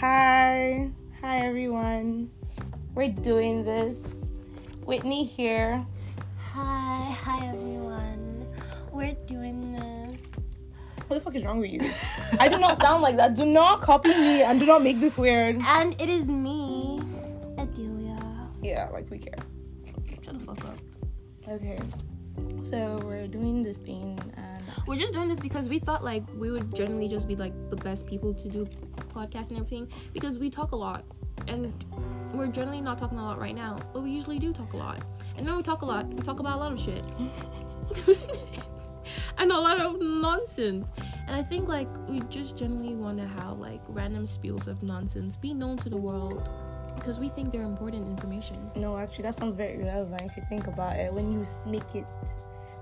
Hi. Hi, everyone. We're doing this. Whitney here. Hi, hi everyone. We're doing this. What the fuck is wrong with you? I do not sound like that. Do not copy me and do not make this weird. And it is me, Adelia. Yeah, like we care. Shut the fuck up. Okay. So we're doing this thing and We're just doing this because we thought like we would generally just be like the best people to do podcasts and everything because we talk a lot and we're generally not talking a lot right now, but we usually do talk a lot. And then we talk a lot. We talk about a lot of shit. and a lot of nonsense. And I think like we just generally want to have like random spills of nonsense be known to the world because we think they're important information. no, actually, that sounds very relevant if you think about it. When you make it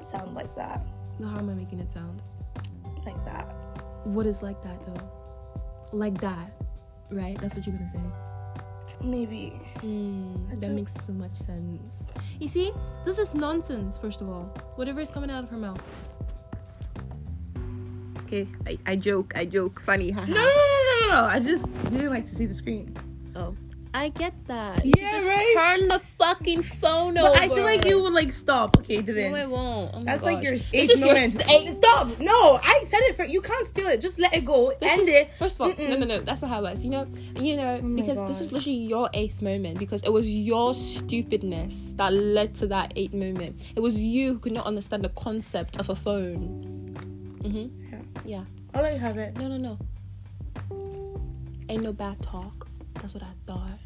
sound like that, How am I making it sound? like that. What is like that though? Like that, right? That's what you're gonna say. Maybe. I Mm, that do- makes so much sense. You see, this is nonsense. First of all, whatever is coming out of her mouth. Okay, I, I joke, I joke, funny, haha. No, no, no, no, no, no. I just didn't like to see the screen. Oh, I get that. Yeah, right? turn the fucking phone But I feel like you would like stop. Okay, didn't. No, it won't. Oh my That's like gosh. your This is your ignorant. sta- Stop! No, I said it for you. Can't steal it. Just let it go. This End is- it. First of all, no, Mm-mm. Oh no, no. That's not how it works. You know, you know, my because this is God. literally your eighth moment. Because it was your stupidness that led to that eighth moment. It was you who could not understand the concept of a phone. Mhm. Yeah. Yeah. I'll let you have it. No, no, no. Ain't no bad talk. That's what I thought.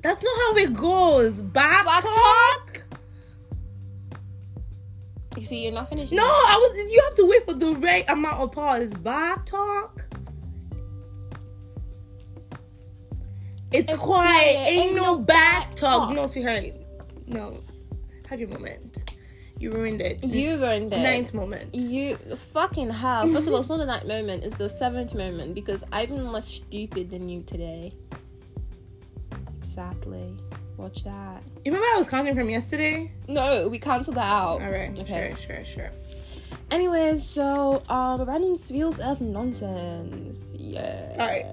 That's not how it goes. Back, Back talk? talk? You see, you're not finished. No, I was. You have to wait for the right amount of pause. Back talk. It's, It's quiet. quiet. Ain't, Ain't no, no back back talk. talk. No, sweetheart. No. Have your moment. You ruined it. You ruined it. Ninth moment. You fucking hell. First of all, it's not the ninth moment, it's the seventh moment because I've been less stupid than you today. Exactly. Watch that. You remember I was counting from yesterday? No, we cancel that out. All right. Okay. Sure, sure, sure. Anyways, so um random spills of nonsense. Yeah. Sorry.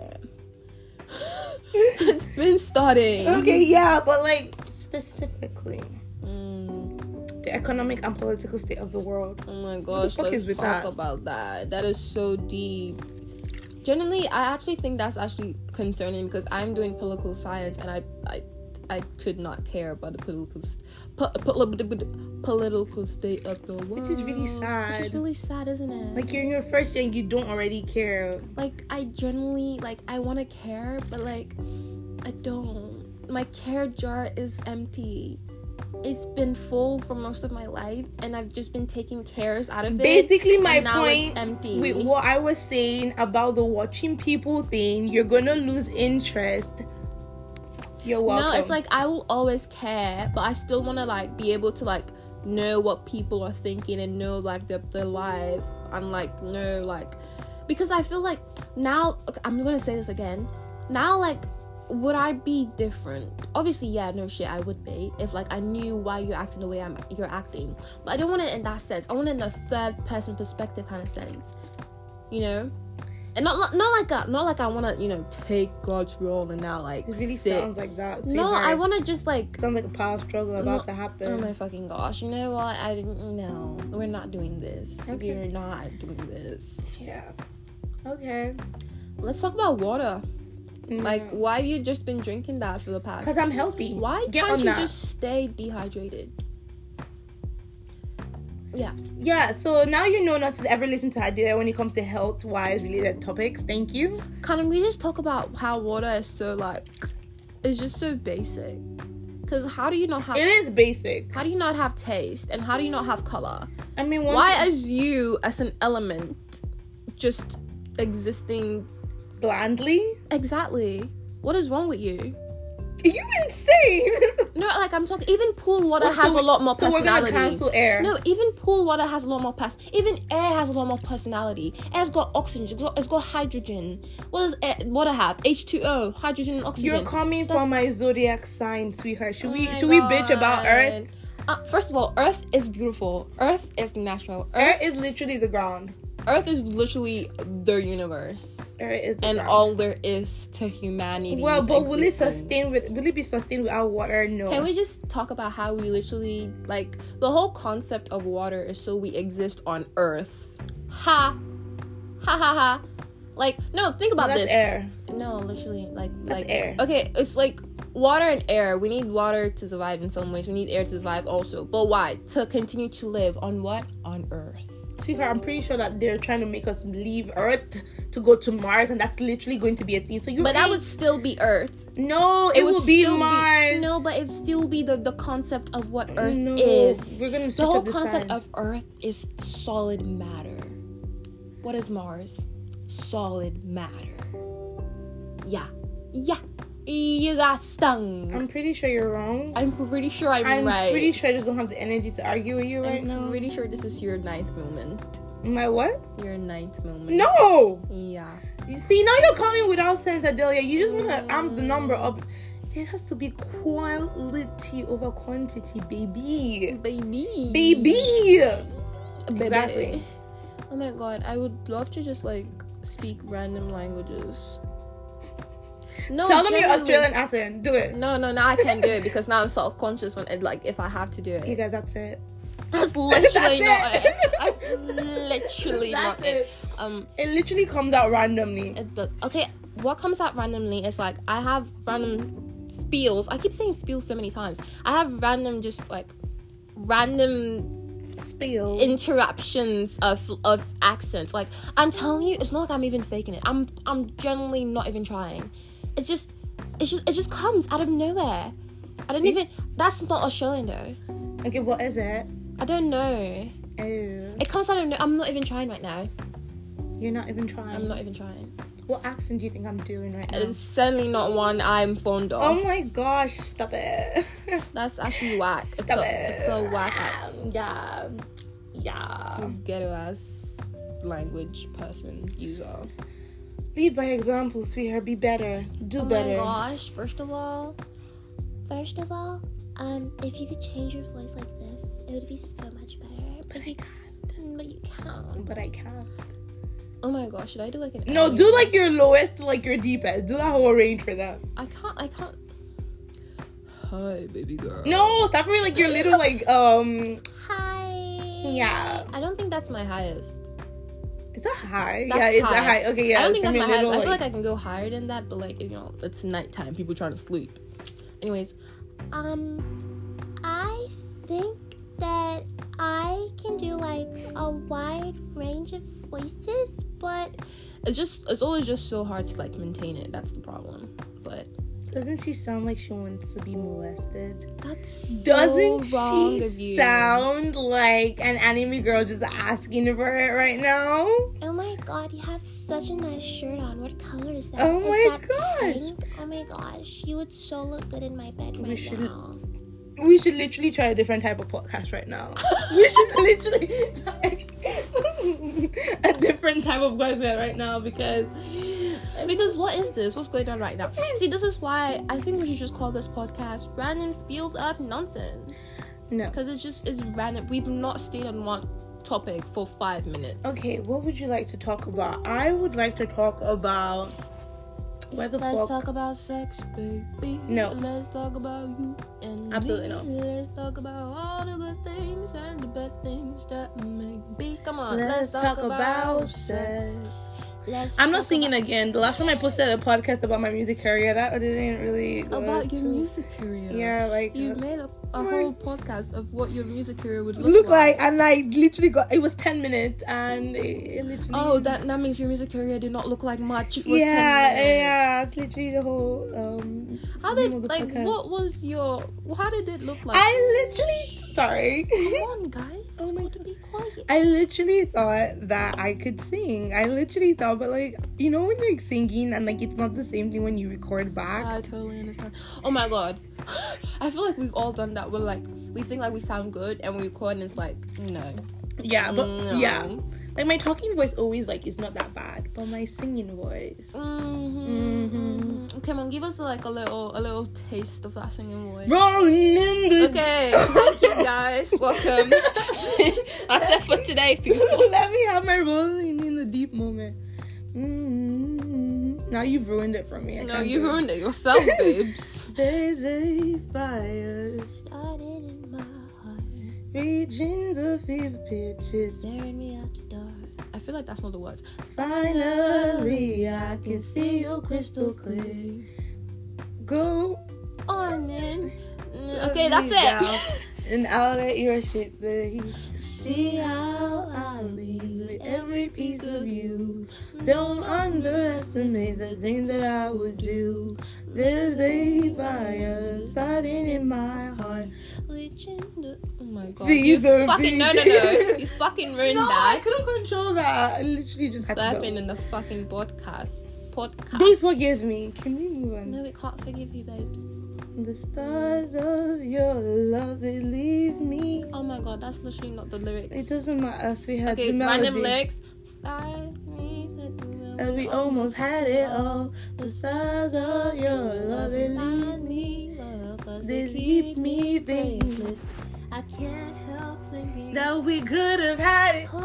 it's been starting. Okay, yeah, but like specifically Mm, the economic and political state of the world. oh my gosh, fuck let's is with talk that? about that. That is so deep. Generally, I actually think that's actually concerning because I'm doing political science and I I, I could not care about the political s- po- po- political state of the world, Which is really Which sad. is really sad, isn't it? Like you're in your first year and you don't already care. like I generally like I want to care, but like I don't. My care jar is empty. It's been full for most of my life, and I've just been taking cares out of it. Basically, my and now it's point empty. with what I was saying about the watching people thing, you're gonna lose interest. You're welcome. no, it's like I will always care, but I still want to like be able to like know what people are thinking and know like their their life and like know like because I feel like now okay, I'm gonna say this again. Now like would I be different? Obviously, yeah, no shit, I would be if like I knew why you're acting the way I'm you're acting. But I don't want it in that sense. I want it in a third person perspective kind of sense, you know. And not not, not like a, not like I want to you know take God's role and now like it really sit sounds like that. no, sweetheart. I want to just like. Sounds like a power struggle about to happen. Oh my fucking gosh! You know what? I didn't. No, we're not doing this. Okay. We're not doing this. Yeah. Okay. Let's talk about water. Mm-hmm. Like, Mm. why have you just been drinking that for the Cause past? I'm healthy. Why Get can't on you that. just stay dehydrated? Yeah, so now you know not to ever listen to Adela when it comes to health wise related topics. Thank you. Can we just talk about how water is so like? It's just so basic. Cause how do you not have? It is basic. How do you not have taste? And how do you not have color? I mean, one Why is you as an element just existing blandly? Exactly. What is wrong with you? Are you insane? No, like I'm talking. Even pool water What, has so a lot more so we're personality. gonna cancel air. No, even pool water has a lot more pers. Even air has a lot more personality. Air's got oxygen. It's got, it's got hydrogen. What does air, water have? H two O, hydrogen and oxygen. You're coming That's- from my zodiac sign, sweetheart. Should Oh we my should we bitch about God. Earth? Uh, first of all, Earth is beautiful. Earth is natural. Earth, Earth is literally the ground. Earth is literally their universe Earth is the and ground. all there is to humanity. Well, but will it sustain with? Will it be sustained without water? No. Can we just talk about how we literally like the whole concept of water is so we exist on Earth? Ha, ha ha ha! Like no, think about That's this. air. No, literally, like That's like air. okay, it's like water and air. We need water to survive in some ways. We need air to survive also. But why? To continue to live on what? On Earth. Sweetheart, I'm pretty sure that they're trying to make us leave Earth to go to Mars, and that's literally going to be a thing. So you, But that ain't- would still be Earth. no, it, will would be still Mars. no, but it'd still be the the concept of what Earth No, is. We're gonna switch The whole up the concept signs. of Earth is solid matter. What is Mars? Solid matter. Yeah, yeah. You got stung. I'm pretty sure you're wrong. I'm pretty sure I'm, I'm right. pretty sure I just don't have the energy to argue with you right I'm now. pretty sure this is your ninth moment. My what? Your ninth moment. No. Yeah. You See, now you're coming without sense, Adelia. You just want to amp the number up. There has to be quality over quantity, baby. Baby. Baby. Oh, Baby. Exactly. Oh my god, I would love to just like speak random languages. No. Tell them your genuinely. Australian accent. Do it. No, no, now I can't do it because now I'm self conscious when it, like if I have to do You it. guys, that's it. That's literally That's not it. it. That's literally That's not it. Um, It literally comes out randomly. it does. Okay, what comes out randomly is like I have random spiels. I keep saying spiels so many times. I have random just like random Spill. interruptions of of accents. Like I'm telling you, it's not like I'm even faking it. I'm I'm generally not even trying. It's just it's just it just comes out of nowhere. I don't even that's not Australian though. okay, what is it? I don't know. Oh, It comes out of no I'm not even trying right now. you're not even trying. I'm not even trying. What accent do you think I'm doing right now? It's certainly not one I'm fond of. Oh my gosh, stop it. that's actually whack. It's Stop a, it. it's a whack ass yeah. Yeah. ghetto ass language person user. Lead by example, sweetheart. Be better. Do Oh better. my gosh, first of all, first of all, um, if you could change your voice like this, it would be so much better. But you can't. But you can't. But I can't. Oh my gosh, should I do like an No, Ed? do like your lowest to like your deepest. Do that whole range for them. I can't I can't Hi baby girl. No, stop with like your little like um Hi yeah. I don't think that's my highest. Is that high? That's yeah, it's high. that high. Okay, yeah. I don't think from that's my your highest. little, I feel like I can go higher than that, but like you know, it's nighttime, people trying to sleep. Anyways, Um, I think that I can do like a wide range of voices, but it's just it's always just so hard to like maintain it. That's the problem. But Doesn't she sound like she wants to be molested? that's so Doesn't wrong of she you. sound like an anime girl just asking for it right now? oh my god, you have such a nice shirt on. What color is that? Oh Is my that gosh. Oh pink? Oh my gosh, you would so look good in my bed We right should- now. We should literally try a different type of podcast right now. we should literally try a different type of podcast right now because Because what is this? What's going on right now? See, this is why I think we should just call this podcast "Random Spiels of Nonsense" no. because it's just it's random. We've not stayed on one topic for five minutes. Okay, what would you like to talk about? I would like to talk about where the Let's fuck. talk about sex, baby. No. Let's talk about you and Absolutely me. not. Let's talk about all the good things and the bad things that may be. Come on, Let's talk about sex. Let's I'm not talk singing again. The last time I posted a podcast about my music career, that didn't really go about your too- music career. Yeah, like You uh, made a, a whole podcast of what your music career would look, look like, and I literally got it was ten minutes, and it, it literally. Oh, that that makes your music career did not look like much. If it was Yeah, 10 minutes. yeah, it's literally the whole. um How name of did the like podcast. what was your? How did it look like? I literally sorry. Come on, guys. Oh my Would be quiet. I literally thought that I could sing. I literally thought, but like, you know, when you're singing and like it's not the same thing when you record back. I totally understand. Oh my god, I feel like we've all done that. Uh, We're like, we think like we sound good, and we record, and it's like, no. yeah, but No. yeah. Like my talking voice always like is not that bad, but my singing voice. Mm. Mhm, Mhm. mhm. Come on, give us like a little, a little taste of that singing voice. Rolling in the Okay, thank you guys. Welcome. That's it for today, people. Let me have my rolling in the deep moment. Mm-hmm. Now you've ruined it for me. I No, can't you do it. ruined it yourself, babes. There's a fire Started in my heart, reaching the fifth pitches. staring me out the dark. I feel like that's not the words. Finally, I can see you crystal clear. Go On in. Let Mm, Okay, that's me down. it. and I'll let your ship play. See how I leave every piece of you. Don't underestimate the things that I would do. There's a fire starting in my heart. Reaching the Oh my god. Speak You of fucking no no no. beat. You fucking ruined no, I that. couldn't control that. I literally just had to Burping go. in the fucking podcast. Podcast. They forgive me. Can we move on? no, we can't forgive you, babes. The stars of your love they leave me. Oh my god, that's literally not the lyrics. It doesn't matter, sweetheart. Okay, the random melody. lyrics. I need to- And we almost had it all. The stars of your love they leave me. They leave me thinking blameless. I can't help thinking that we could have had it. Oh,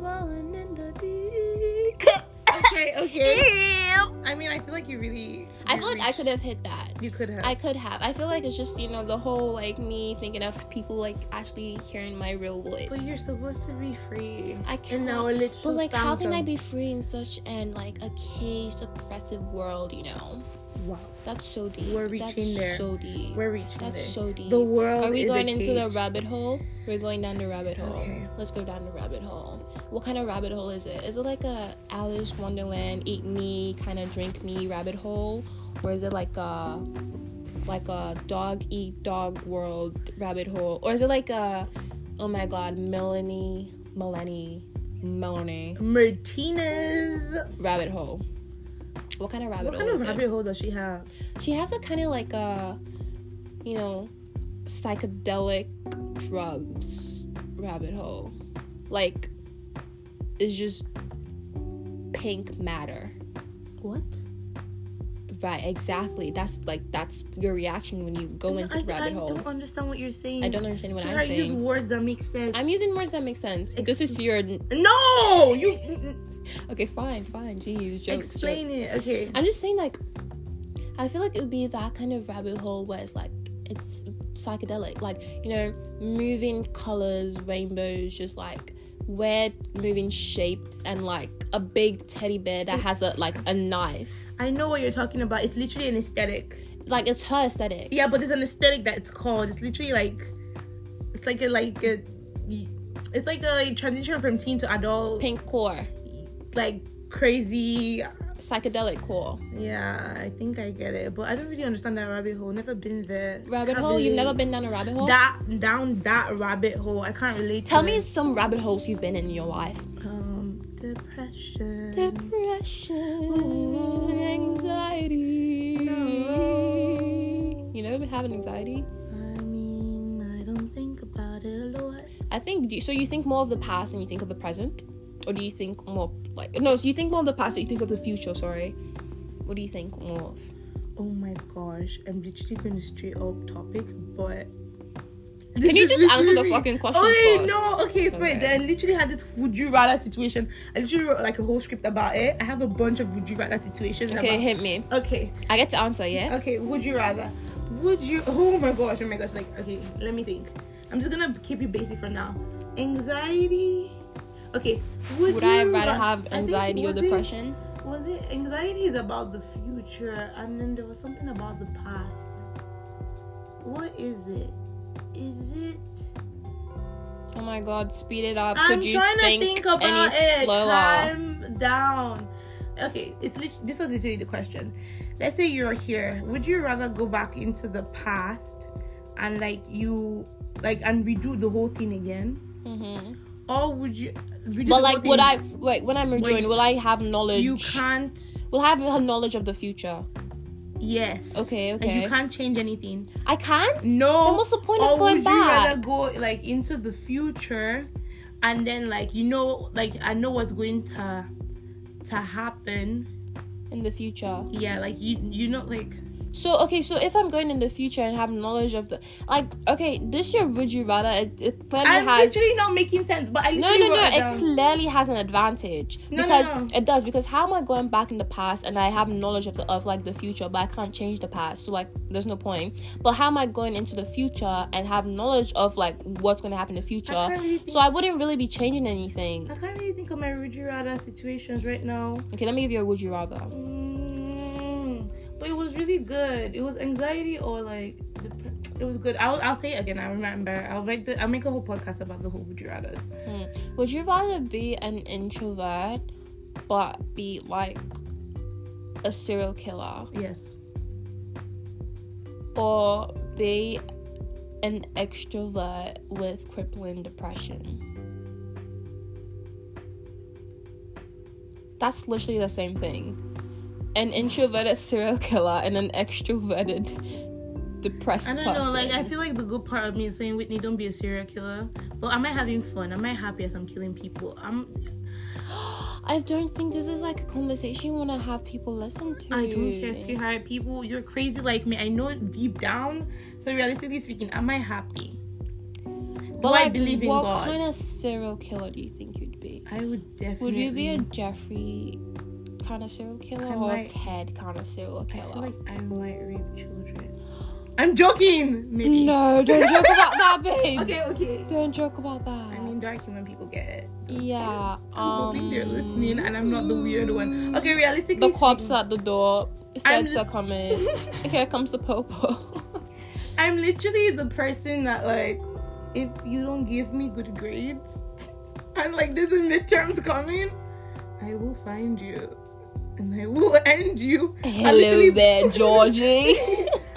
rolling in the deep. Okay, okay. I mean, I feel like you really. I feel like I could have hit that. You could have. I could have. I feel like it's just, you know, the whole like me thinking of people like actually hearing my real voice. but you're supposed to be free. I And can't. now we're literally. But like, how can I be free in such an like a caged, oppressive world? You know, Wow, that's so deep. We're reaching that's there. So deep. we're reaching that's there. so deep. the world. Are we is going a into the cage. rabbit hole? We're going down the rabbit hole. Okay. Let's go down the rabbit hole. What kind of rabbit hole is it? Is it like a Alice Wonderland, eat me, kind of drink me rabbit hole, or is it like a like a dog eat dog world rabbit hole, or is it like a oh my god, Melanie, Melanie, Melanie Martinez? rabbit hole? What kind of rabbit What hole? kind of is it? rabbit hole does she have? She has a kind of like a, you know, psychedelic drugs rabbit hole. Like, it's just pink matter. What? Right, exactly. That's like, that's your reaction when you go into I, the rabbit I hole. don't understand what you're saying. I don't understand what Can I'm I use saying. words that make sense. I'm using words that make sense. This is your. no, you mm, Okay, fine, fine. Jeez, mm, jokes. explain jokes. it. Okay. I'm just saying, like, I feel like it would be that kind of rabbit hole where it's like it's psychedelic, like you know, moving colors, rainbows, just like weird moving shapes, and like a big teddy bear that has a like a knife. I know what you're talking about. It's literally an aesthetic. Like it's her aesthetic. Yeah, but there's an aesthetic that it's called. It's literally like, it's like a like a, it's like a transition from teen to adult. Pink core, Like crazy. psychedelic core. Yeah, I think I get it, but I don't really understand that rabbit hole. Never been there. Rabbit Can't hole. You've relate. never been down a rabbit hole. that down that rabbit hole. I can't relate. Tell to me it. some rabbit holes you've been in your life. Um, depression. Depression, anxiety. No. You never have an anxiety? I mean, I don't think about it a lot. I think do you, so. You think more of the past and you think of the present, or do you think more like no? So you think more of the past, and you think of the future. Sorry, what do you think more of? Oh my gosh, I'm literally going to straight up topic, but. Can you just answer the fucking question Oh first? no, okay, Okay. wait. I literally had this would you rather situation. I literally wrote like a whole script about it. I have a bunch of would you rather situations. Okay, About- hit me. okay, I get to answer. Yeah. okay. Would you rather? Would you? Oh my gosh, oh my gosh. Like, okay, let me think. I'm just gonna keep it basic for now. Anxiety. Okay. Would, Would Uh, you I rather ra- I have think- anxiety or was it- depression? was it anxiety is about the future and then there was something about the past what is it is it Oh my God, speed it up. i'm Could you trying think, to think about any it slower? calm down okay it's lit- this was literally the question let's say you're here would you rather go back into the past and like you like and redo the whole thing again hmm or would you redo the But whole like, thing? would I wait when I'm Wait. redoing? Will I have knowledge? you can't Will I have knowledge of the future? yes Okay, and okay. you can't change anything I can't. no Then what's the point or of going would back? you rather go like into the future and then like you know like I know what's going to to happen. in the future. Yeah, like you you know like So okay, so if I'm going in the future and have knowledge of the like okay, this year would you rather it, it clearly I'm has literally not making sense, but I no literally no wrote no it it down. clearly has an advantage No, no, because no. it does because how am I going back in the past and I have knowledge of the of like the future but I can't change the past so like there's no point but how am I going into the future and have knowledge of like what's going to happen in the I future can't really think, so I wouldn't really be changing anything I can't really think of my would you rather situations right now. okay let me give you a would you rather Mm, but it was really good. It was anxiety or like dep- it was good. I'll I'll say it again. I remember. I'll make the I'll make a whole podcast about the whole would you rather. Would you rather be an introvert but be like a serial killer Yes. or be an extrovert with crippling depression? That's literally the same thing. An introverted serial killer and an extroverted depressed I don't person. know. Like I feel like the good part of me is saying Whitney, don't be a serial killer. But am I having fun? Am I happy as I'm killing people? I'm. I don't think this is like a conversation you want to have people listen to. I don't care, sweetheart. People, you're crazy like me. I know deep down. So realistically speaking, am I happy? Do I believe in what God? kind of serial killer do you think you'd be? I would definitely. Would you be a Jeffrey kind of serial killer I or might- a Ted kind of serial I feel killer? like I might rape children. I'm joking. Maybe. no, don't joke about that, babe. Okay, okay. Don't joke about that. I mean, dark human people get it. yeah. I'm hoping they're um, listening and I'm not the weird one. Okay, The realistically. cops at the door. I'm Feds li- are coming. Here comes the popo. I'm literally the person that, like, if you don't give me good grades and, like, there's a midterms coming, I will find you and I will end you. I Hello literally- there, Georgie.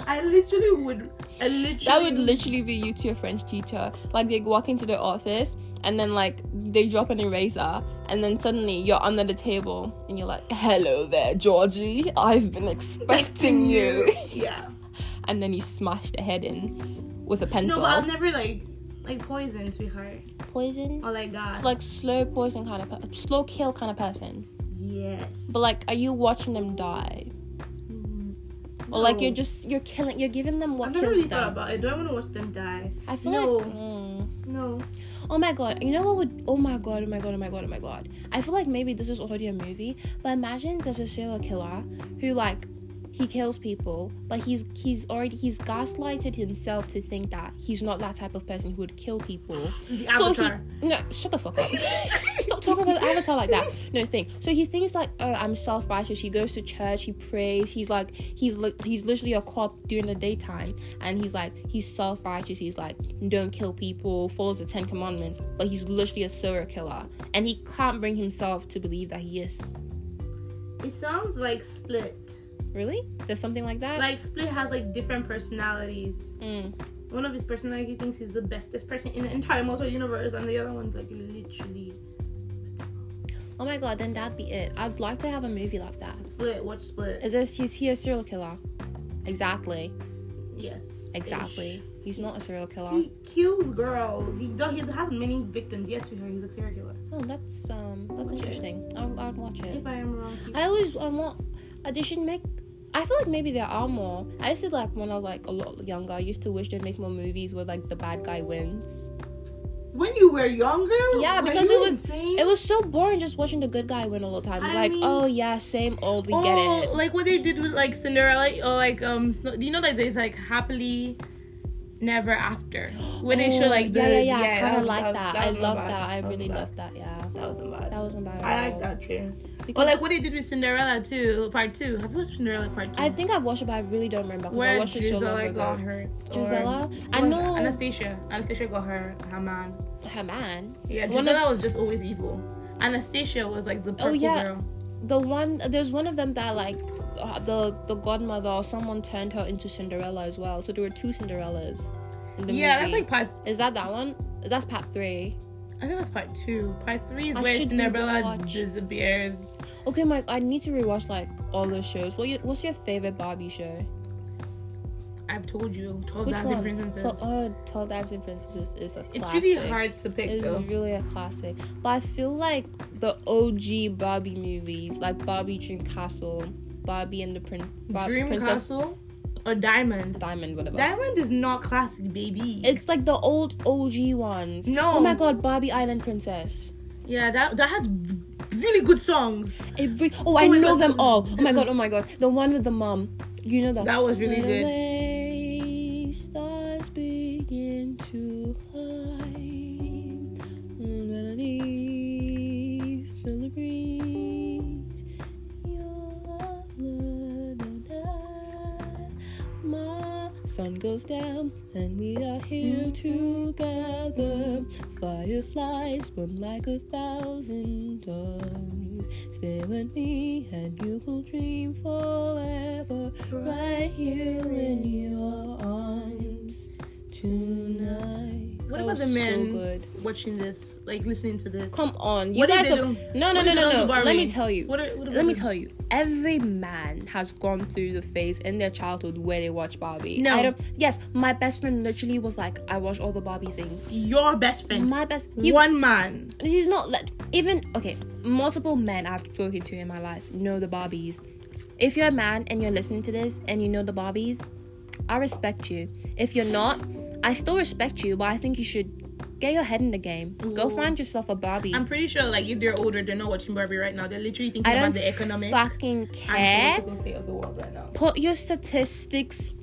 I literally would. I literally. That would literally be you to your French teacher. Like they walk into the office and then like they drop an eraser and then suddenly you're under the table and you're like, Hello there, Georgie. I've been expecting you Yeah. and then you smash the head in with a No, pencil. but I'll never, like, like poison, sweetheart. poison? Or like that. It's like slow poison kind of per- slow kill kind of person. yes. But like are you watching them die? Or like you're just you're killing you're giving them what I've never kills really them. thought about it. Do I want to watch them die? I feel No. like mm. No. Oh my god, you know what would oh my god, oh my god, oh my god, oh my god. I feel like maybe this is already a movie, but imagine there's a serial killer who like he kills people, but he's he's already he's gaslighted himself to think that he's not that type of person who would kill people. The So avatar. he, no, shut the fuck up. Stop talking about the avatar like that. No thing. So he thinks like, oh, I'm self righteous. He goes to church. He prays. He's like, he's li- he's literally a cop during the daytime, and he's like, he's self righteous. He's like, don't kill people. Follows the Ten Commandments, but he's literally a serial killer, and he can't bring himself to believe that he is. It sounds like Split. Really? There's something like that. Like Split has like different personalities. Mm. One of his personality thinks he's the bestest person in the entire multiverse universe, and the other one's like literally Oh my god, then that'd be it. I'd like to have a movie like that. Split. Watch Split. Is this is he a serial killer? Exactly. Yes. Exactly. He's not a serial Ish. killer. He kills girls. He does. He has many victims. Yes, we heard he's a serial killer. Oh, that's um, that's Watch it. interesting. I'll, I'd watch it. If I am wrong, keep- I always I want. Uh, they should make. I feel like maybe there are more. I used to like when I was like a lot younger. I used to wish they'd make more movies where like the bad guy wins. when you were younger. Yeah, were because you it was- insane? It was so boring just watching the good guy win all the time. It's I like, mean- oh yeah, same old. We oh, get it. like what they did with like Cinderella or like um Snow- do you know that there's like happily never after where they show Oh, like the yeah, yeah, yeah. I that kind of was- like was- that. I wasn't love bad. that. I wasn't really bad. love that. Yeah, that wasn't bad. that wasn't bad. At I like all. that too. Or Because like what they did with Cinderella too, part two. Have you watched Cinderella part two? I think I've watched it, but I really don't remember because I where watched it so long Gisela got ago. her. or- Gisela, I was know Anastasia. Anastasia got her her man. her man. Yeah, One of- Oh, Gisela was just always evil. Anastasia was like the purple yeah. girl. the one there's one of them that like uh, the the godmother or someone turned her into Cinderella as well. So there were two Cinderellas. In the Yeah, that's movie. like part. is that that one? That's part three. I think that's part two. Part three is I where should Cinderella rewatch. disappears. Okay, Mike, I need to rewatch like all those shows. What you, what's your favorite Barbie show? I've told you, Twelve Which Dancing one? Princesses. So, oh, Twelve Dancing Princesses is a classic. it's really hard to pick It's though. really a classic. But I feel like the OG Barbie movies, like Barbie Dream Castle, Barbie and the Prin- Bar- Dream Princess Castle or Diamond. Diamond, whatever. Diamond is not classic, baby. it's like the old OG ones. No. Oh my god, Barbie Island Princess. yeah, that that had really good songs. Every oh, I Oh my know God, them the- all. Oh my god, oh my god. The one with the mom. You know that. That was really When good. away Stars begin to climb. Underneath the breeze, your blood and I. My sun goes down, and we are here together. Fireflies burn like a thousand tongues. Stay with me, and you will dream forever. Right here in your arms tonight. What That about was the men? So good. Watching this, like listening to this. Come on, you What did guys. they Are, do? no, no, What no, did they do no, to no. Let Barbie? me tell you. What, are- what Let me tell you, every man has gone through the phase in their childhood where they watch Barbie. No. I don't, yes, my best friend literally was like, I watch all the Barbie things. Your best friend. My best, he, One man. he's not like even okay. Multiple men I've spoken to in my life know the Barbies. If you're a man and you're listening to this and you know the Barbies, I respect you. If you're not, I still respect you, but I think you should get your head in the game. Go find yourself a Barbie. I'm pretty sure, like, if they're older, they're not watching Barbie right now. They're literally thinking I about don't the economic fucking and care. political state of the world right now. put your statistics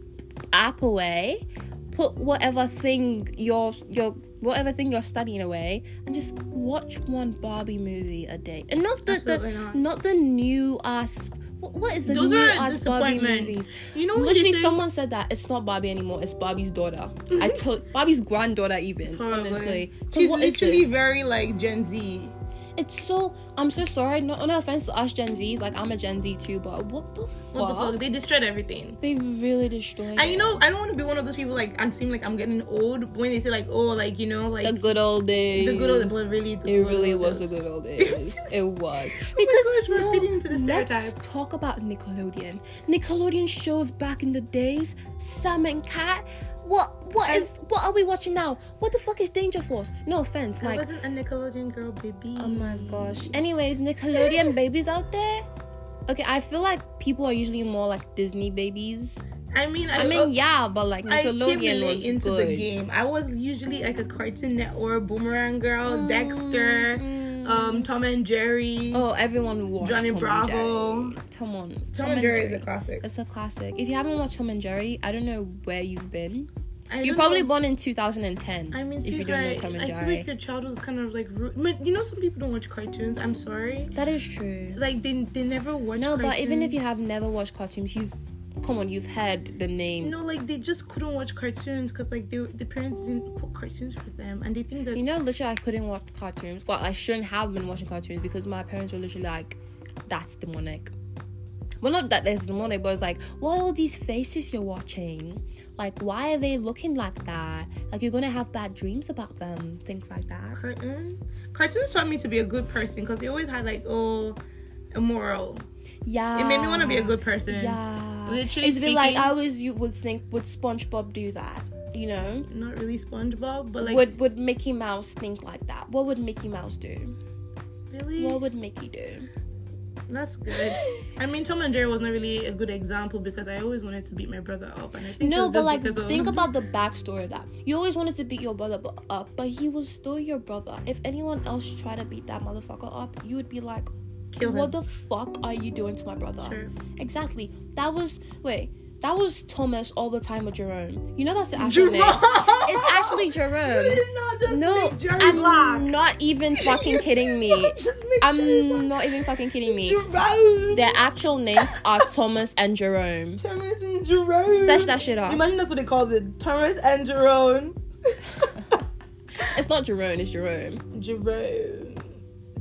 app away put whatever thing you're your whatever thing you're studying away and just watch one barbie movie a day and not the, the Absolutely not. not. the new ass what, what is the Those new are a ass barbie disappointment. movies You know, what literally they say? someone said that it's not barbie anymore it's barbie's daughter i told barbie's granddaughter even Probably. honestly 'Cause She's what is literally this? very like Gen Z. it's so i'm so sorry no, no offense to us gen z's like i'm a gen z too but what the fuck, What the fuck? They destroyed everything. they really destroyed And you it. know, I don't want to be one of those people like and seem like I'm getting old but when they say like, oh, like you know, like the good old days. the good old but really, the It good really old was the days. good old days. it was because Oh gosh, we're feeding into the no, let's stereotype. talk about Nickelodeon. Nickelodeon shows back in the days, Sam and Cat. What what And- is what are we watching now? What the fuck is Danger Force? No offense, I like wasn't a Nickelodeon girl, baby. oh my gosh. Anyways, Nickelodeon babies out there. Okay, I feel like people are usually more like Disney babies. I mean, I, oh, I mean, yeah, but like I came Nickelodeon late was into good. the game. I was usually like a Cartoon Network, Boomerang Girl, Dexter, Mm, mm. um, Tom and Jerry. Oh, everyone watched Johnny Tom Bravo. And Jerry. Tom on. Tom, Tom and Jerry is a classic. It's a classic. If you haven't watched Tom and Jerry, I don't know where you've been. I don't You're probably know. born in 2010. I mean, if you don't know sweetheart, Tom and I Jerry, feel like your child was kind of like, ru- but you know, some people don't watch cartoons. I'm sorry, that is true. like they they never watch. No, but even if cartoons. you have never watched cartoons, you've come on, you've heard the name. you know, like they just couldn't watch cartoons because like they, the parents didn't put cartoons for them, and they think that You know, literally, I couldn't watch cartoons, but I shouldn't have been watching cartoons because my parents were literally like, "That's demonic." Well, not that there's demonic, but it's like, what are all these faces you're watching? Like, why are they looking like that? Like, you're gonna have bad dreams about them, things like that. cartoon cartoons taught me to be a good person because they always had like oh immoral. Yeah. It made me want to be a good person. Ah, Yeah. Literally it's been like speaking- I always you would think would SpongeBob do that? You know, Not really SpongeBob, but like would would Mickey Mouse think like that? What would Mickey Mouse do? really, What would Mickey do? that's good. I mean, Tom and Jerry was not really a good example because I always wanted to beat my brother up, and I think No, that's but just like, because of- think about the backstory of that. You always wanted to beat your brother bu- up, but he was still your brother. If anyone else tried to beat that motherfucker up, you would be like, Kill him. "What the fuck are you doing to my brother?" Sure. Exactly. That was wait. That was Thomas all the time with Jerome. You know that's the actual Jerome. name. It's actually Jerome. You did not just No, make Jerry I'm Black. not even fucking You kidding did me. not just make Jerry Black. I'm not even fucking kidding me. Jerome. Their actual names are Thomas and Jerome. Thomas and Jerome. Search that shit up. Imagine that's what they called it. Thomas and Jerome. It's not Jerome, it's Jerome. Jerome.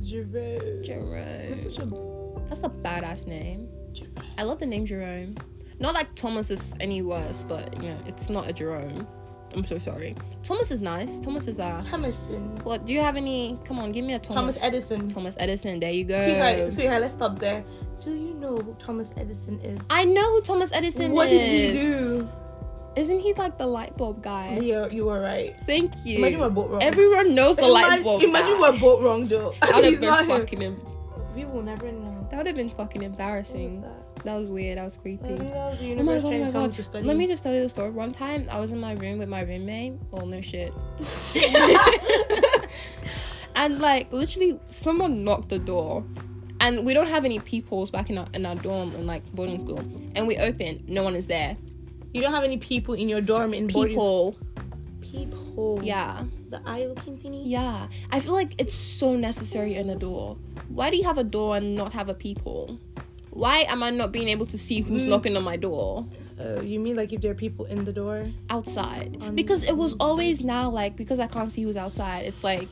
Jerome. That's Jerome. such a That's a badass name. Jerome. I love the name Jerome. Not like Thomas is any worse, but you know, it's not a Jerome. I'm so sorry. Thomas is nice. Thomas is a. Thomason. What do you have any? Come on, give me a Thomas. Thomas Edison. Thomas Edison. There you Sweetheart, go. sweetheart, let's stop there. Do you know who Thomas Edison is? I know who Thomas Edison What is. did he do? Isn't he like the light bulb guy? Yeah, you were right. Thank Eh? you. Imagine we're both wrong. Everyone knows the light Imagine- bulb. Imagine guy. we're both wrong though. That would He's have been not him. fucking. Em- We will never know. that would have been fucking embarrassing. That That was weird. That was creepy. was the my universe God, oh trying to my tell me God. to study. Let me just tell you a story. One time, I was in my room with my roommate. Well, no shit. and like literally, someone knocked the door, and we don't have any peepholes back in our in our dorm in like boarding school. And we open, no one is there. You don't have any people in your dorm in boarding- People, Peephole. yeah, The eye looking thingy. yeah. I feel like it's so necessary in a door. Why do you have a door and not have a peephole? Why am I not being able to see who's Mm. knocking on my door? Uh, you mean like if there are people in the door? outside On- because it was always now like because I can't see who's outside. It's like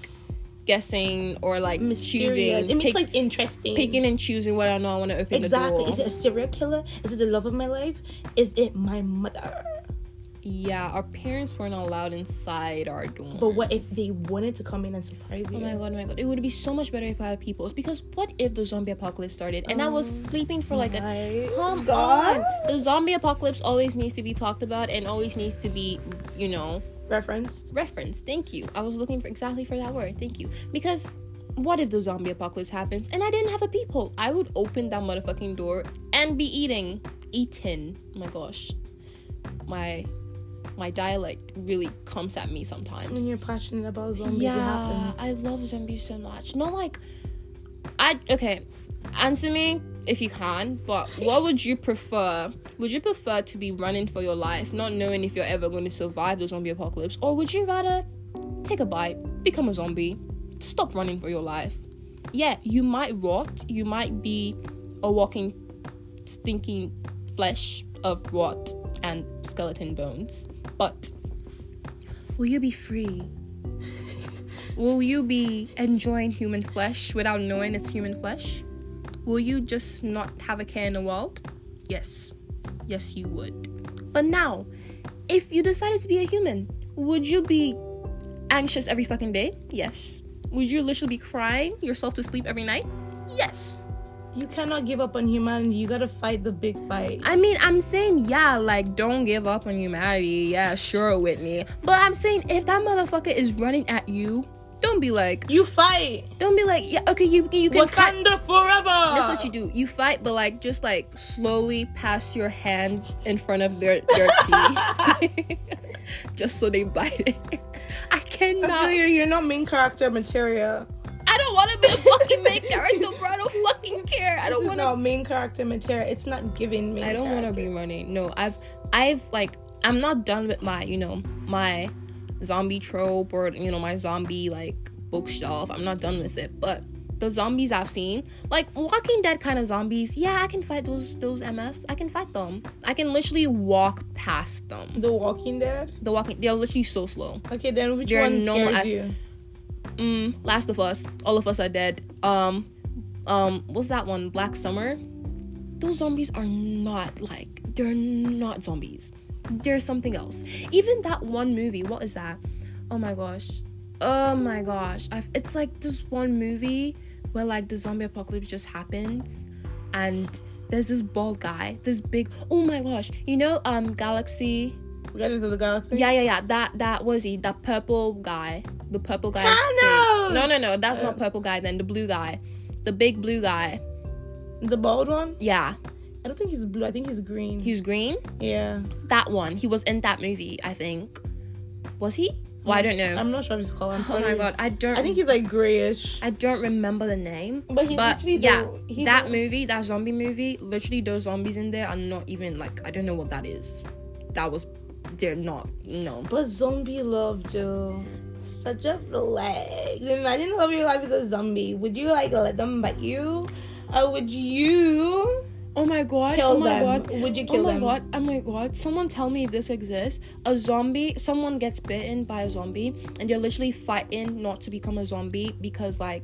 guessing or like Mysterious. It choosing, makes pick, like interesting. picking and choosing whether or not I want to open Exactly. the Is it door. a serial killer? Is it the love of my life? Is it my mother? Yeah, our parents weren't allowed inside our dorm. But what if they wanted to come in and surprise you? Oh my god, oh my god! It would be so much better if I had peoples because what if the zombie apocalypse started and I was Um, sleeping for like a My Come God. on! The zombie apocalypse always needs to be talked about and always needs to be, you know, Reference. reference. Thank you. I was looking for exactly for that word. Thank you. Because what if the zombie apocalypse happens and I didn't have a peephole? I would open that motherfucking door and be eating, eaten. Oh my gosh, my my dialect really comes at me sometimes. When you're passionate about zombies, it Yeah, happens. I love zombies so much. Not like I okay. Answer me if you can, but what would you prefer? Would you prefer to be running for your life, not knowing if you're ever going to survive the zombie apocalypse, or would you rather take a bite, become a zombie, stop running for your life? Yeah, you might rot, you might be a walking, stinking flesh of rot and skeleton bones, but will you be free? Will you be enjoying human flesh without knowing it's human flesh? Will you just not have a care in the world? Yes. Yes, you would. But now, if you decided to be a human, would you be anxious every fucking day? Yes. Would you literally be crying yourself to sleep every night? Yes. You cannot give up on humanity. You gotta fight the big fight. I mean, I'm saying, yeah, like, don't give up on humanity. Yeah, sure, Whitney. But I'm saying, if that motherfucker is running at you, don't be like, You fight. don't be like, yeah, okay, you, you can fight. Wakanda forever. That's what you do. You fight, but like just like slowly pass your hand in front of their their teeth, just so they bite it. I I cannot. feel you. You're not main character material. I don't want to be a fucking main character, bro. I don't fucking care. I don't This is want to. not main character material. It's not giving me. I don't want to be running. No, I've I've like I'm not done with my you know my zombie trope or you know my zombie like bookshelf. I'm not done with it, but. The zombies I've seen, like Walking Dead kind of zombies, yeah, I can fight those those MFs. I can fight them. I can literally walk past them. The Walking Dead. The walking, they're literally so slow. Okay, then which They're one normal scares as- you? Mm, Last of Us, all of us are dead. Um, um, what's that one? Black Summer. Those zombies are not like they're not zombies. They're something else. Even that one movie. What is that? Oh my gosh. Oh my gosh. I've, it's like this one movie where like the zombie apocalypse just happens, and there's this bald guy, this big. Oh my gosh. You know, um, Galaxy. Guardians of the Galaxy. Yeah, yeah, yeah. That that was he. That purple guy. The purple guy. Thanos! No, no, no. That's Uh, not purple guy. Then the blue guy, the big blue guy. The bald one. Yeah, I don't think he's blue. I think he's green. he's green. yeah. That one. He was in that movie. I think. Was he? Well, I don't know. I'm not sure if he's called. I'm Oh my sorry. god, I don't. I think he's like grayish. I don't remember the name. But he's But literally yeah, the, he's that the- movie, that zombie movie, literally those zombies in there are not even like I don't know what that is. That was, they're not. No. But zombie love, though. Such a flag. Imagine loving your life with a zombie. Would you like let them bite you? Or would you Oh my god. kill oh my them? god. Would you kill Oh my them? god, oh my god. Someone tell me if this exists. A zombie, someone gets bitten by a zombie and they're literally fighting not to become a zombie because like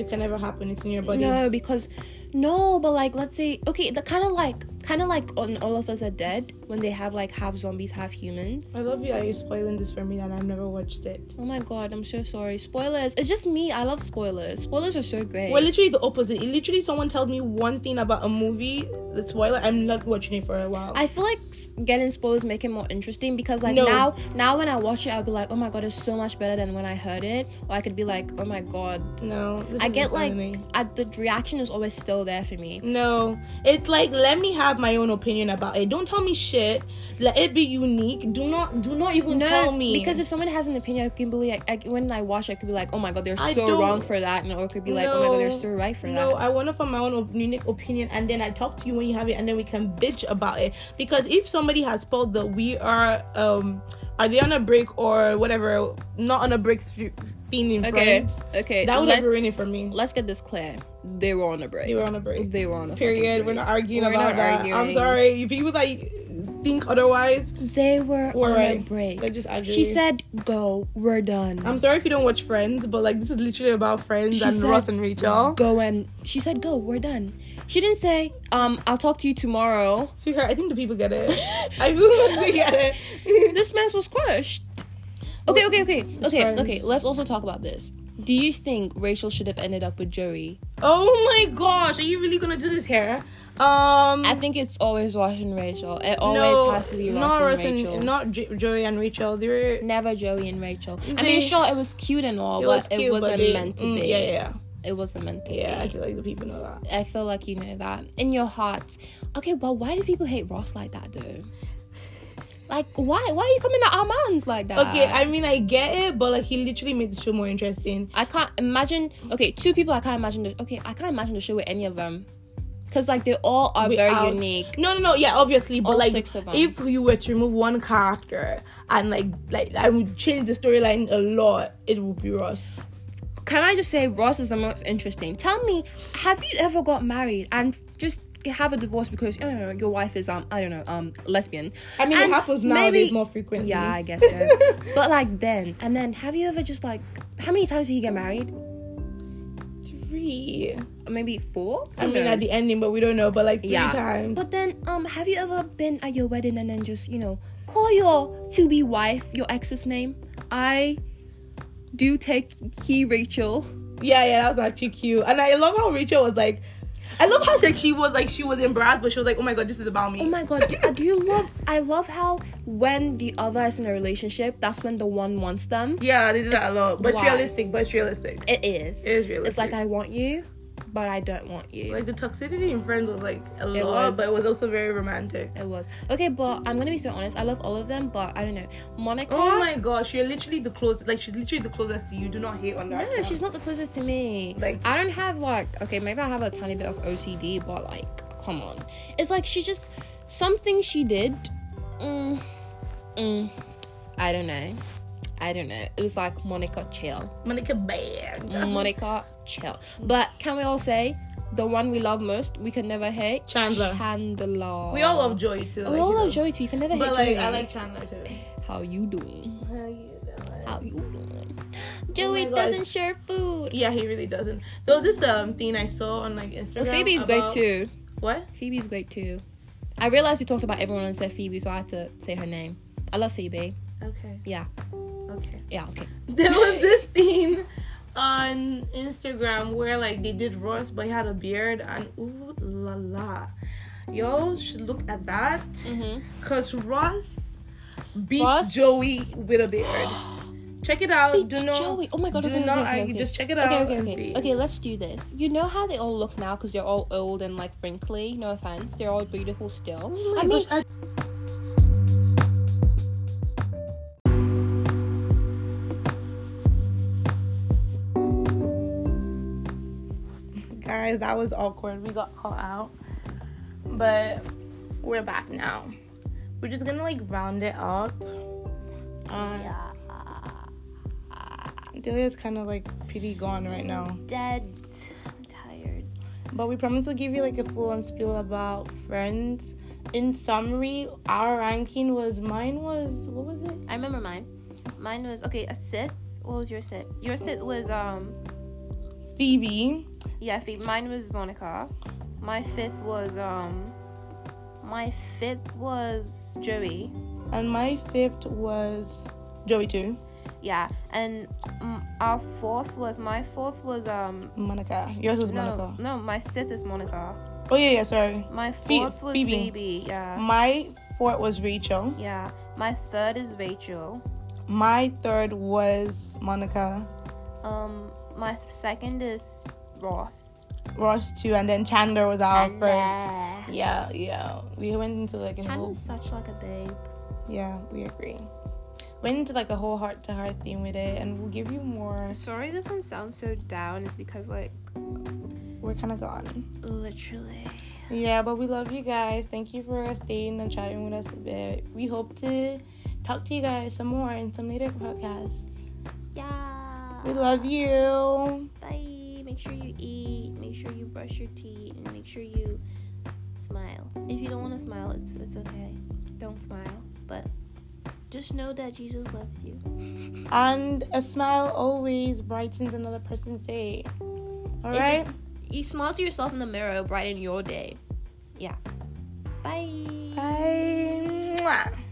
It can never happen. It's in your body. no, because no, but like let's say okay, the kind of like kind of like on all of us are dead when they have like half zombies, half humans. I love you that you're spoiling this for me and I've never watched it. Oh my god, I'm so sorry. Spoilers. It's just me. I love spoilers. Spoilers are so great. We're literally the opposite. It literally someone tells me one thing about a movie the toilet, I'm not watching it for a while. I feel like s- getting spoilers make it more interesting because like No. now now when I watch it I'll be like oh my god it's so much better than when I heard it or I could be like oh my god no, this I isn't get like funny. I, the reaction is always still there for me. No, it's like let me have my own opinion about it. Don't tell me shit. Let it be unique. Do not, do not even tell me because if someone has an opinion, I can be like, I, when I watch, I could be like, oh my god, they're I so don't- wrong for that, and or it could be like, oh my god, they're No. so right for no, that. I want to form my own op- unique opinion, and then I talk to you when you have it, and then we can bitch about it. Because if somebody has spelled that we are, um, are they on a break or whatever, not on a break, f- being in okay, friends, okay, that would let's, have ruined it for me. let's get this clear. They were on a break. They were on a break. They were on a fucking Period. We're break. not arguing We're about not that. I'm arguing. sorry. You people that think otherwise, They were We're on a right. break. they're just ugly. She said, go, we're done. I'm sorry if you don't watch Friends, but like this is literally about Friends She and said- Ross and Rachel. go and she said go we're done she didn't say um i'll talk to you tomorrow Sweetheart, I think the people get it. I feel like they get it. this man was crushed okay okay okay okay fine. okay let's also talk about this do you think rachel should have ended up with joey oh my gosh, are you really gonna do this here? Um, i think it's always ross and rachel it always no, has to be ross not and Ross and rachel not J- Joey and Rachel. They were. never joey and rachel i They- mean sure it was cute and all It but was cute, it wasn't but they- meant to mm, be Yeah, yeah, it wasn't meant to yeah. yeah I be feel like the people know that. I feel like you know that in your heart. Okay, but why do people hate Ross like that though? Like, why? Why are you coming at our mans like that? Okay, I mean I get it, but like he literally made the show more interesting. I can't imagine. Okay, two people I can't imagine. The, okay, I can't imagine the show with any of them, because like they all are We very out. unique. No, no, no. Yeah, obviously, but All like, six of 'em. if you were to remove one character and like, like, I would change the storyline a lot. It would be Ross. Can I just say Ross is the most interesting? Tell me, have you ever got married and just have a divorce because I don't know your wife is um I don't know um lesbian? I mean, And it happens maybe- nowadays more frequently. Yeah, I guess so. but like then and then, have you ever just like how many times did he get married? three. maybe four. I mean, at the ending, but we don't know. But like three Yeah. times. But then, um, have you ever been at your wedding and then just you know call your to be wife your ex's name? I do take he Rachel. Yeah, yeah, that was actually cute. And I love how Rachel was like, I love how like she was like she was embarrassed, but she was like, oh my god, this is about me. Oh my god, do, do you love? I love how when the other is in a relationship, that's when the one wants them. yeah, they did that a lot, but it's why? realistic. But it's realistic. It is. It is realistic. It's like I want you, but I don't want you. like the toxicity in Friends was like a lot, was. but it was also very romantic. it was okay, but I'm gonna be so honest. I love all of them, but I don't know. Monica. Oh my gosh, you're literally the closest. Like she's literally the closest to you. Do not hate on that. No, she's not the closest to me. Like- Like I don't have like okay, maybe I have a tiny bit of OCD, but like come on, it's like she just something she did. Mm, mm, I don't know. I don't know. It was like Monica chill, Monica bad. Monica chill. But can we all say the one we love most we can never hate Chandler. Chandler. We all love Joy too. We like, all you love know. Joey too. You can never But hate like Joey. I like Chandler too. How you doing? How you doing? How you doing? Joey Oh God. doesn't share food. Yeah, he really doesn't. There was this um thing I saw on like Instagram. Well, Phoebe's great about- too. What? Phoebe's great too. I realized we talked about everyone and said Phoebe, so I had to say her name. I love Phoebe. Okay. Yeah. Okay. Yeah, okay. There was this thing on Instagram where like they did Ross but he had a beard and ooh la la. Y'all should look at that. Mm-hmm. Cause Ross beats Ross- Joey with a beard. Check it out. do not Joey. Oh my god, do okay, not okay, okay, argue. okay. Just check it Okay, out. okay, and okay. see. Okay, let's do this. You know how they all look now because they're all old and like wrinkly. No offense, they're all beautiful still. Oh I mean, uh, Guys, that was awkward. We got caught out. But we're back now. We're just gonna like round it up. Um, Delia's kind of like pretty gone right now. Dead. I'm tired. But we promise we'll give you like a full on spiel about friends. In summary, our ranking was mine was what was it? I remember mine. Mine was okay. A Sith. What was your Sith? Your Sith was um. Phoebe. Yeah, Phoebe. Mine was Monica. My fifth was um. My fifth was Joey. And my fifth was Joey too. Yeah, and mm, our fourth was my fourth was um. Monica. Yours was No, Monica. no, my Sith is Monica. Oh yeah, yeah. Sorry. My Phoe- fourth was Phoebe. Phoebe. Mm. Yeah. My fourth was Rachel. Yeah. My third is Rachel. My third was Monica. Um, my second is Ross. Ross too, and then Chandler was our first. Nah. Yeah, yeah. We went into like a whole. Chandler's such like a babe. Yeah, we agree. Went into like a whole heart to heart theme with it, and we'll give you more. Sorry, this one sounds so down. It's because like We're kind of gone. literally. Yeah, but we love you guys. Thank you for staying and chatting with us a bit. We hope to talk to you guys some more in some later podcasts. Yeah. We love you. Bye. Make sure you eat. Make sure you brush your teeth, and make sure you smile. If you don't want to smile, it's it's okay. Don't smile, but just know that Jesus loves you. And a smile always brightens another person's day. All Amen. right? You smile to yourself in the mirror, brighten your day. Yeah. Bye. Bye. Mwah.